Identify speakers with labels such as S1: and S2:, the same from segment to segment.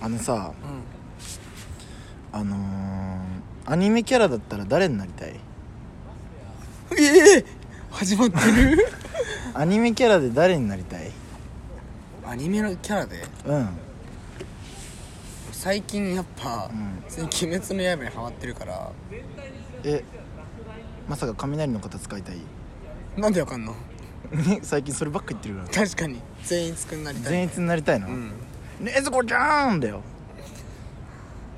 S1: あのさ
S2: うん
S1: あのー、アニメキャラだったら誰になり たい
S2: ええ始まってる
S1: アニメキャラで誰になりたい
S2: アニメのキャラで
S1: うん
S2: 最近やっぱ、
S1: うん
S2: 普通に鬼滅の刃にハマってるから
S1: えまさか雷の方使いたい
S2: なんでわかんの
S1: ね最近そればっか言ってるから
S2: 確かに全員作んなりたい
S1: 善逸になりたいの、
S2: うん
S1: ねずこちゃんだよ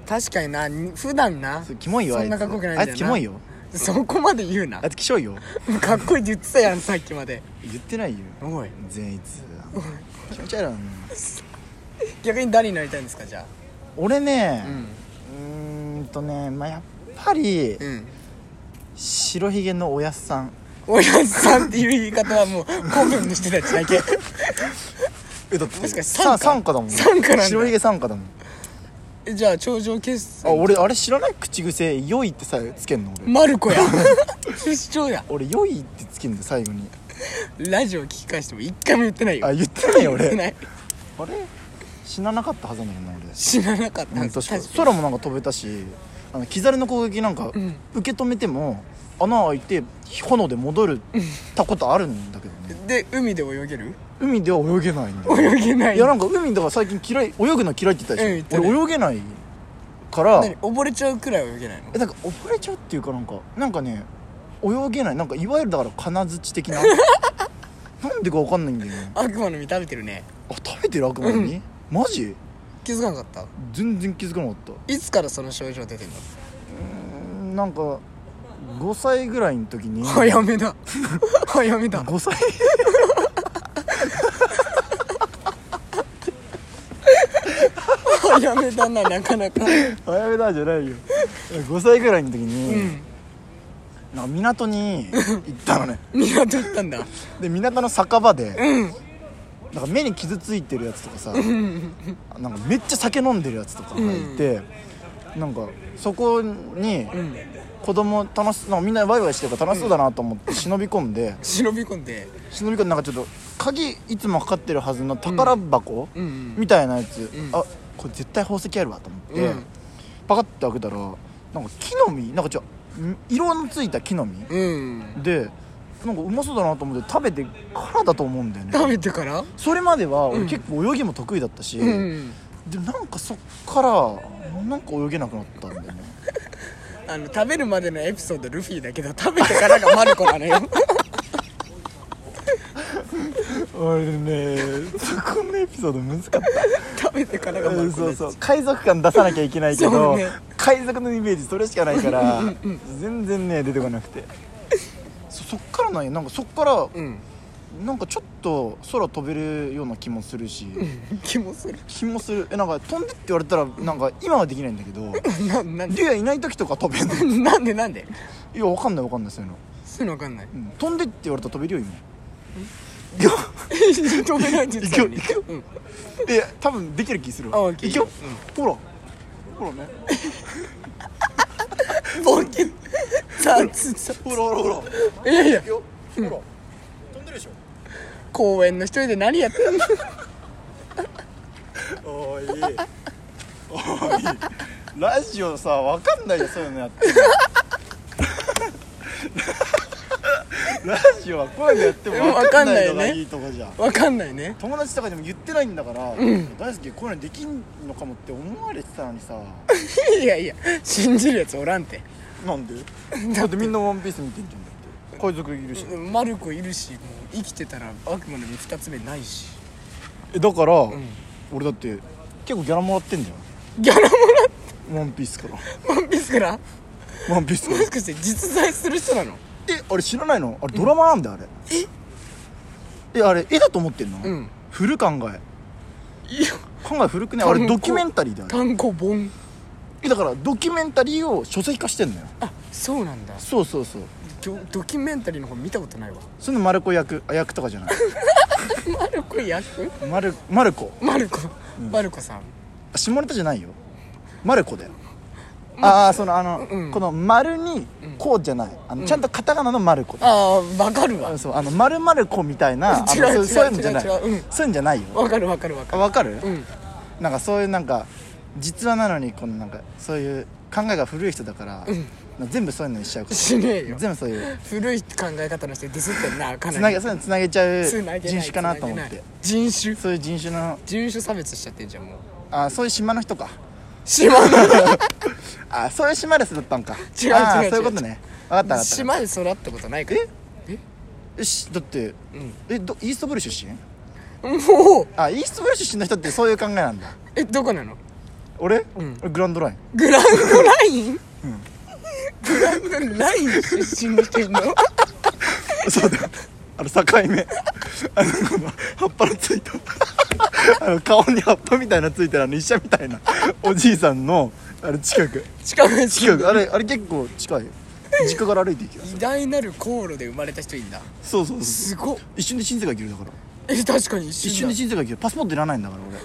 S2: 確かになに普段な
S1: それキモいよ
S2: そんなかっこよくないんだよな
S1: あいつキモいよ
S2: そこまで言うな
S1: あいつきしょいよ
S2: かっこいいって言ってたやんさっきまで
S1: 言ってないよ
S2: おい
S1: 善逸気持ち悪いな
S2: 逆に誰になりたいんですかじゃ
S1: 俺ね
S2: あう
S1: う
S2: ん
S1: ーんとねまあやっぱり
S2: うん
S1: 白ひげのおやっさん
S2: おやっさんっていう言い方はもう古文にしてたやつだけ
S1: えだって
S2: 確かに
S1: さ
S2: 参加
S1: 参加だもん
S2: 参加なんだ
S1: 白ひげ参加だもん
S2: えじゃあ頂上決
S1: あ
S2: 戦
S1: 俺あれ知らない口癖「よい」ってさつけんの俺
S2: マル コや出張や
S1: 俺「よい」ってつけんだよ最後に
S2: ラジオ聞き返しても一回も言ってないよ
S1: あ言ってないよ
S2: 言って
S1: 俺
S2: ない
S1: あれ死ななかったはずなのにな俺
S2: 知らなかった
S1: うん
S2: んです
S1: 確か
S2: 確か
S1: 空もなんか飛べたしあのキザルの攻撃なんか
S2: ん
S1: 受け止めても穴開いて炎で戻るたことあるんだけどね
S2: にで海で泳げる
S1: 海では泳げないんだよ
S2: 泳げない
S1: いやなんか海だから最近嫌い泳ぐの嫌いって言った
S2: うん言
S1: でし
S2: っ
S1: ょ
S2: たね
S1: 俺泳げないから
S2: 何溺れちゃうくらい泳げないの
S1: えなんか溺れちゃうっていうかなんかなんかね泳げないなんかいわゆるだから金槌的 ななんでかわかんないんだよね
S2: 悪魔の実食べてるね
S1: あ食べてる悪魔に、マジ
S2: 気づかなかった
S1: 全然気づかなかった
S2: いつからその症状出てんの
S1: うんなんか5歳ぐらいの時に
S2: 早めだ早めだ
S1: 5歳
S2: 早めだななかなか
S1: 早めだじゃないよ5歳ぐらいの時
S2: う
S1: に、
S2: ん
S1: なんか港に行ったのね
S2: 港行ったんだ
S1: で港の酒場で、
S2: うん
S1: なんか目に傷ついてるやつとかさなんかめっちゃ酒飲んでるやつとかがいて、なんかそこに
S2: うん
S1: 子供楽しそうなんかみんなワイワイしてるから楽しそうだなと思って忍び込んで、
S2: 忍び込んで
S1: 忍び込んでなんかちょっと鍵いつもかかってるはずの宝箱、
S2: うんうん
S1: みたいなやつ、
S2: ん
S1: あこれ絶対宝石あるわと思って、
S2: うん
S1: パカッて開けたらなんか木の実なんかちょん色のついた木の実
S2: うん
S1: でなんかうまそうだなと思って食べてからだと思うんだよね
S2: 食べてから
S1: それまでは俺結構泳ぎも得意だったし、
S2: うん
S1: でなんかそっからなんか泳げなくなったんだよね
S2: あの食べるまでのエピソードルフィだけど食べてからがマルコなのよ
S1: 俺ねそこのエピソード難かっ
S2: 食べてから
S1: た
S2: がマルコ
S1: そう
S2: です
S1: そう海賊感出さなきゃいけないけ
S2: そ
S1: ど、
S2: うね
S1: 海賊のイメージそれしかないから全然ね出てこなくてそそっからなんやなんかそっから
S2: うん
S1: なんかちょっと空飛べるような気もするし、
S2: 気もする
S1: 気もするえなんか飛んでって言われたらなんか今はできないんだけど
S2: ななんで
S1: 竜也いない時とか飛べ んの
S2: なんでなんで
S1: いやわかんないわかんないそういうの、
S2: そういうのわか んない
S1: うん飛んでって言われたら飛べるよ今いや
S2: 飛べないって言ってたのに
S1: 行くよ
S2: うん
S1: で多分できる気する
S2: あ
S1: わ
S2: いけ
S1: いく
S2: る
S1: よ、ほらほらね
S2: 冒険 雑雑
S1: ほらほらほらい
S2: いやいや
S1: くよほら飛んでるでしょ
S2: 公園の一人で何やってんの
S1: おいおいラジオさわかんないよそういうのや ってもラジオはこういうのやってもわかんないのがいいとこじゃん
S2: わかんないね
S1: 友達とかでも言ってないんだから、大輔こういうのできんのかもって思われてたのに さ
S2: いやいや信じるやつおらんて
S1: なんでだってみんな「ワンピース見てんじゃんだって海賊いるし
S2: マルコいるしもう生きてたら悪魔の実二つ目ないし
S1: えだから、
S2: ん
S1: 俺だって結構ギャラもらってんじ
S2: ギャラも
S1: ゃんワンピースから
S2: らワンピースから
S1: ワンピース
S2: も
S1: から
S2: しかして実在する人なの
S1: えあれ知らないのあれドラマなんだよあれ、ええあれ絵だと思ってんの、
S2: うん
S1: 古考え
S2: いや
S1: 考え古くねあれ
S2: 単語
S1: ドキュメンタリーだよあれ
S2: 単語本
S1: えだからドキュメンタリーを書籍化してんのよ
S2: あそうなんだ
S1: そうそうそう
S2: ドドキュメンタリーの方見たことないわ
S1: そのマルコ役あ役とかじゃない
S2: マルコ役
S1: マルマルコ
S2: マルコ、マルコさん
S1: あ下ネタじゃないよマルコだよああそのあの、
S2: うん
S1: この丸にこうじゃないあの、ちゃんとカタカナのマルコ
S2: ああわかるわ
S1: あそうあの丸丸子みたいなあの
S2: 違う
S1: そうそういうのじゃない
S2: 違う違ううん
S1: そういうんじゃないよ
S2: わかるわかるわか
S1: あ
S2: る
S1: わかる、
S2: うん
S1: なんかそういうなんか実話なのにこのなんかそういう考えが古い人だから、全部そういうのにしちゃうか
S2: しねえ
S1: ら
S2: よ
S1: 全部そういう
S2: 古い考え方の人ディスってんなか
S1: つな
S2: なり
S1: げそういうのつなげちゃう
S2: つなげ
S1: 人
S2: ない
S1: 種かなと思って
S2: つなげない人種
S1: そういう人種の
S2: 人種差別しちゃってんじゃんもう
S1: あそういう島の人か
S2: 島
S1: あそういう島ですだったんか
S2: 違う
S1: あー
S2: 違う
S1: そういうことね分かった分か
S2: の
S1: った
S2: 島で育ったことないから
S1: よしだってえどイーストブル出身
S2: もう
S1: あイーストブル出身の人ってそういう考えなんだ
S2: えどこなの
S1: 俺、
S2: うん
S1: 俺グランドライン
S2: グランドライン、グランドライン出身にし てんの
S1: そうだあの境目あのこの葉っぱのついた あの顔に葉っぱみたいなついてるあの医者みたいなおじいさんのあれ近く
S2: 近くに
S1: 近くあれあれ結構近いよ実家から歩いていきます
S2: 偉大なる航路で生まれた人いんだ
S1: そうそうそう
S2: すごっ
S1: 一瞬で新世界行けるだから
S2: え確かに一
S1: 一瞬
S2: 瞬だ
S1: で新世界行けるパスポートいらないんだから俺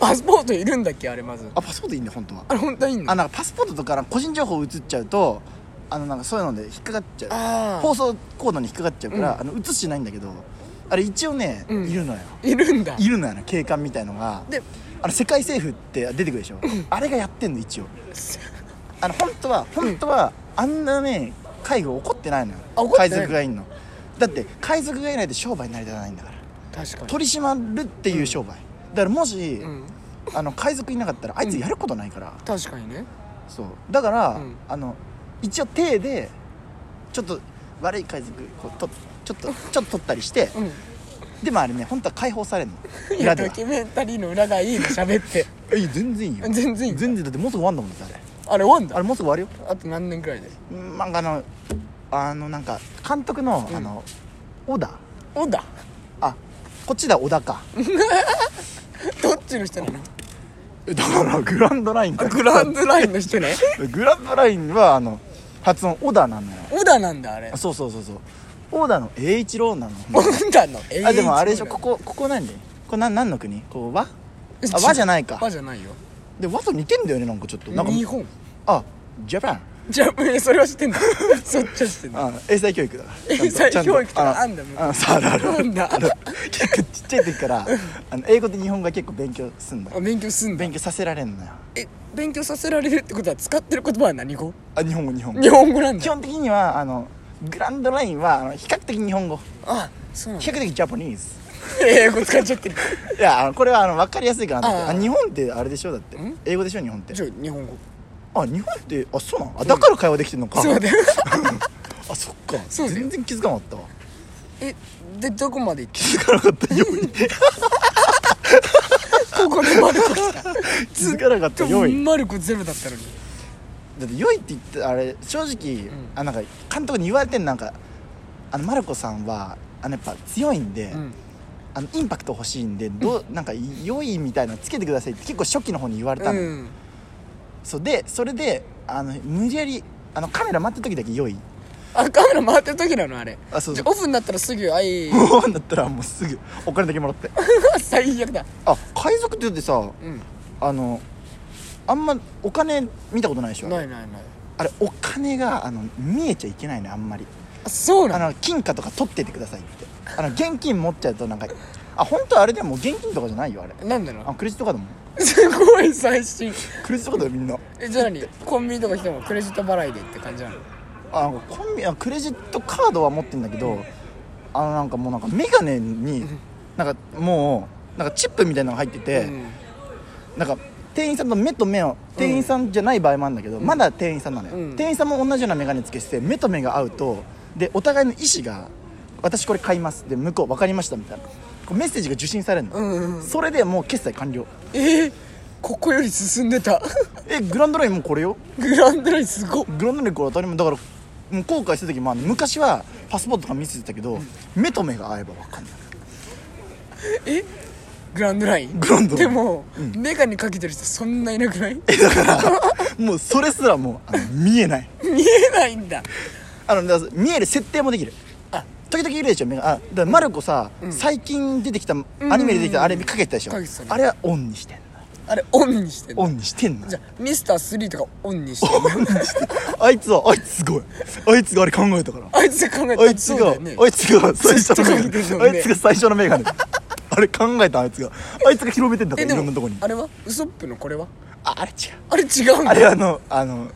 S2: パスポートいるんだっけあれまず
S1: あパスポートいいんだよ本当は
S2: あれ本当にいんの
S1: あなんかパスポートとか個人情報移っちゃうとあのなんかそういうので引っかかっちゃ
S2: あ
S1: う
S2: ー
S1: 放送コードに引っかかっちゃうから、あの移してないんだけどあれ一応ね、
S2: うん
S1: いるのよ
S2: いるんだ
S1: いるのよな警官みたいのが
S2: で
S1: あの世界政府って出てくるでしょ、あれがやってんの一 応あの本当は本当は、あんなね海軍怒ってないのよ
S2: あ怒ってない
S1: 海賊がいんのだって海賊がいないと商売成り立たないんだから
S2: 確かに
S1: 取り締まるっていう商売、だからもし、
S2: うん
S1: あの海賊いなかったらあいつやることないから、
S2: 確かにね
S1: そうだから、
S2: うん
S1: あの一応手でちょっと悪い海賊こうとちょっとち ょっと取ったりして、
S2: うん
S1: でもあれね本当は解放されるの
S2: いや
S1: 裏で
S2: ド
S1: は
S2: キュメンタリーの裏がいいの喋って
S1: え全然いいよ
S2: 全然いいんだ
S1: 全然だってもうすぐ終わんだもんだってあれ
S2: あれ終わん
S1: あ
S2: だ
S1: れもうすぐ終わる
S2: あと何年くらいで
S1: ようんなんかあのあのなんか監督の、あの小田
S2: おだ
S1: あこっちだ小田か
S2: どっちの人なの
S1: だからグランドライン
S2: あグランドラインの人 ね
S1: グランドラインはあの発音小田なのよ
S2: オダなんだあ れ
S1: あそうそうそうそう小田の栄一郎なの
S2: オダの永遠
S1: あでもあれでしょ
S2: 一郎
S1: ここここなんでこれな何の国こ う和
S2: な
S1: あ
S2: の
S1: 和じゃないか
S2: 和じゃないよ
S1: で和と似てんだよねなんかちょっとなんか
S2: 日本
S1: あジャパン
S2: じゃあえそれは知ってんだ そっちは知ってんだ
S1: あ英才教育だから
S2: 英才
S1: ちゃんと
S2: 教育とか
S1: ちゃと
S2: あんだ
S1: あそうあるある
S2: なんだ
S1: あ る結構ちっちゃい時からあの英語と日本語は結構勉強すんだ
S2: あ勉強すんだ
S1: 勉強させられんのよ
S2: え勉強させられるってことは使ってる言葉は何語
S1: あ日本語日本語
S2: 日本語なん
S1: 基
S2: だ
S1: 本的にはあのグランドラインはあの比較的日本語
S2: あそうなん
S1: 比
S2: だ
S1: 較的ジャパニーズ
S2: 英語使っちゃって る
S1: いやあのこれはあの分かりやすいかなと思って
S2: あ
S1: あ
S2: ー
S1: 日本ってあれでしょだって
S2: ん
S1: 英語でしょ日本って
S2: じゃあ日本語
S1: あ日本ってあそうなのあだから会話できてんのか、
S2: そうだよ
S1: あそっか
S2: そうだよ
S1: 全然気づかなかったわ
S2: えでどこまで行っ
S1: 気づかなかったよう に
S2: たここでマルコ来 た
S1: 気づかなかったように
S2: マルコゼロだったのに
S1: だって良いって言ってあれ正直、あなんか監督に言われてんのなんかあのマルコさんはあのやっぱ強いんで、
S2: うん
S1: あのインパクト欲しいんでどうなんか良いみたいなのつけてくださいって結構初期の方に言われたの、
S2: うん
S1: そうでそれであの無理やりあのカメラ待ってる時だけ良い
S2: あカメラ回ってる時なのあれ
S1: あそうそう
S2: じゃオフになったらすぐ「あい
S1: もうだったらもうすぐお金だけもらって
S2: 最悪だ
S1: あ海賊ってだってさ
S2: うん
S1: あのあんまお金見たことないでしょ
S2: ないないない
S1: あれお金があの見えちゃいけないのよあんまり
S2: あそう
S1: あ
S2: なの
S1: の金貨とか取っててくださいってあの現金持っちゃうとなんかあ本当はあれでもう現金とかじゃないよあれ
S2: なんな
S1: あ
S2: の
S1: クレジットカードも
S2: すごい最新
S1: クレジットカードよみんな
S2: えじゃあ何コンビニとか来てもクレジット払いでって感じなの
S1: あなんかコンビあクレジットカードは持ってんだけどあのなんかもうなんかメガネになんかもうなんかチップみたいなのが入ってて、
S2: うん
S1: なんか店員さんと目と目を店員さんじゃない場合もあるんだけど、まだ店員さんなのよ、
S2: うん
S1: 店員さんも同じような眼鏡つけしてて目と目が合うとでお互いの意思が「私これ買います」で向こう分かりましたみたいなこうメッセージが受信されるの、
S2: うんうんうん
S1: それでもう決済完了
S2: えー、ここより進んでた
S1: えグランドラインもうこれよ
S2: グランドラインすごっ
S1: グランドラインこれ当たり前だからもう後悔した時もあの昔はパスポートとか見せてたけど、目と目が合えば分かんない
S2: えグランドライン
S1: グランドライン
S2: でも、メガネかけてる人そんないなくない
S1: えだからもうそれすらもうあの見えない
S2: 見えないんだ
S1: あのだから見える設定もできる
S2: あ
S1: 時々いるでしょ目があだからマルコさ、最近出てきたアニメで出てきたあれかけてたでしょ、
S2: かけてたね
S1: あれはオンにしてんの
S2: あれオンにしてんの
S1: オンにしてんの
S2: じゃあミスター3とかオンにしてんの
S1: あいつはあいつすごいあいつがあれ考えたから
S2: あいつが考えた
S1: あいつ
S2: そうだ
S1: が、
S2: よね
S1: あいつが最初の
S2: ずっとかけて
S1: メ
S2: るもん
S1: ガネ
S2: ね
S1: あいつが最初のメガネあれ考えたあいつがあいつが広めてんだか
S2: え
S1: らい
S2: で
S1: ろんなとこ
S2: も
S1: に
S2: あれはウソップのこれは
S1: ああれ違う
S2: あれ違 うんだ
S1: あれはあのあの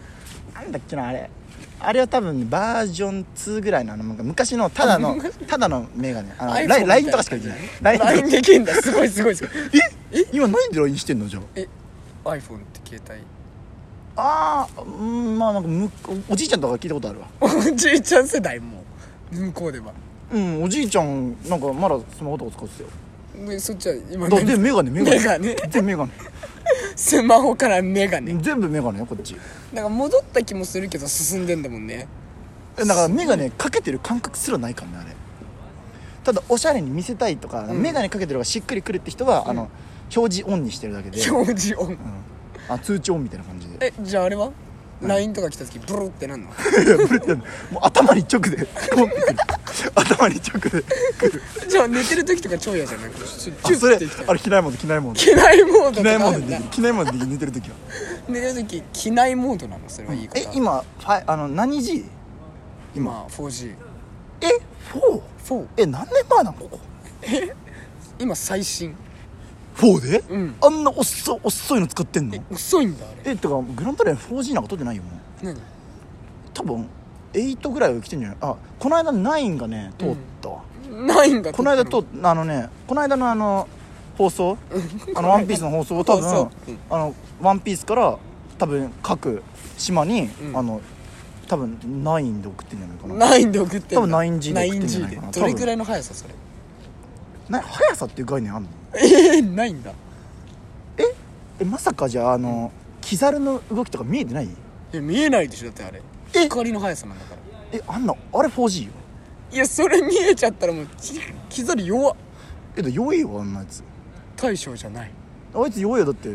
S1: なんだっけなあれあれは多分バージョン2ぐらいのあのなんか昔のただ のただのメガネあ
S2: iPhone み
S1: の
S2: た
S1: ラ
S2: い
S1: イン
S2: な
S1: LINE とかしか言ってない LINE
S2: LINE できんだすごいすごいすごい
S1: え今何で LINE してんのじゃあ
S2: え iPhone って携帯
S1: ああうんまあなんかむおおじいちゃんとか聞いたことあるわ
S2: おじいちゃん世代もう向こうでは
S1: うんおじいちゃんなんかまだスマホとか使ってた よ
S2: でそっちは今
S1: だでメガネメガネ
S2: メガネ
S1: 全部メガネ
S2: スマホからメガネ
S1: 全部メガネよこっち
S2: なんか戻った気もするけど進んでんだもんね
S1: えだからメガネかけてる感覚すらないからねあれただおしゃれに見せたいとか、メガネかけてる方がしっくりくるって人は、あの表示オンにしてるだけで、うん、
S2: 表示音
S1: あ通知オンみたいな感じで
S2: えじゃああれは LINE とか来た時ブルってなんの
S1: もう頭に直でポンってくる頭に直で
S2: じゃあ寝てる時とか超嫌じゃないちょ
S1: あそれ
S2: てきた
S1: あれ機内モード機内モー
S2: 機内モード
S1: ド
S2: と
S1: 機
S2: か
S1: 内モー
S2: あ
S1: ド
S2: るん
S1: にで
S2: だ
S1: きる機内モードに寝てる時は
S2: 寝てる時機内モードなのそれは言い方
S1: え今ファイあの何 G? 今
S2: 今 4G
S1: え 4?
S2: 4
S1: え何年前なのここ
S2: 今最新
S1: 4で、
S2: うん
S1: あんな遅遅いの使ってんの
S2: 遅いんだあれ
S1: えってかグランドレーン 4G なんか取ってないよもう
S2: 何
S1: 多分8ぐらいは来てんじゃないあこの間9がね通ったわ、
S2: ないんだ
S1: この間通
S2: と
S1: ったあのねこの間のあの放送あの「ワンピースの放送を多分
S2: 放送うん
S1: あの「ワンピースから多分各島に、
S2: うん
S1: あの多分9で送ってんじゃないかな
S2: ないんで送ってんだ
S1: 多分 9G で送ってんじゃないかな多分
S2: 9G でどれくらいの速さそれ
S1: な速さっていう概念あんの
S2: えー、ないんだ
S1: えまさかじゃああの、キザルの動きとか見えてない
S2: いや見えないでしょだってあれ
S1: え
S2: 光の速さなんだから
S1: えあんなあれ 4G よ
S2: いやそれ見えちゃったらもうきキザリ弱っ
S1: えだ弱いよあんなやつ
S2: 大将じゃない
S1: あいつ弱いよだって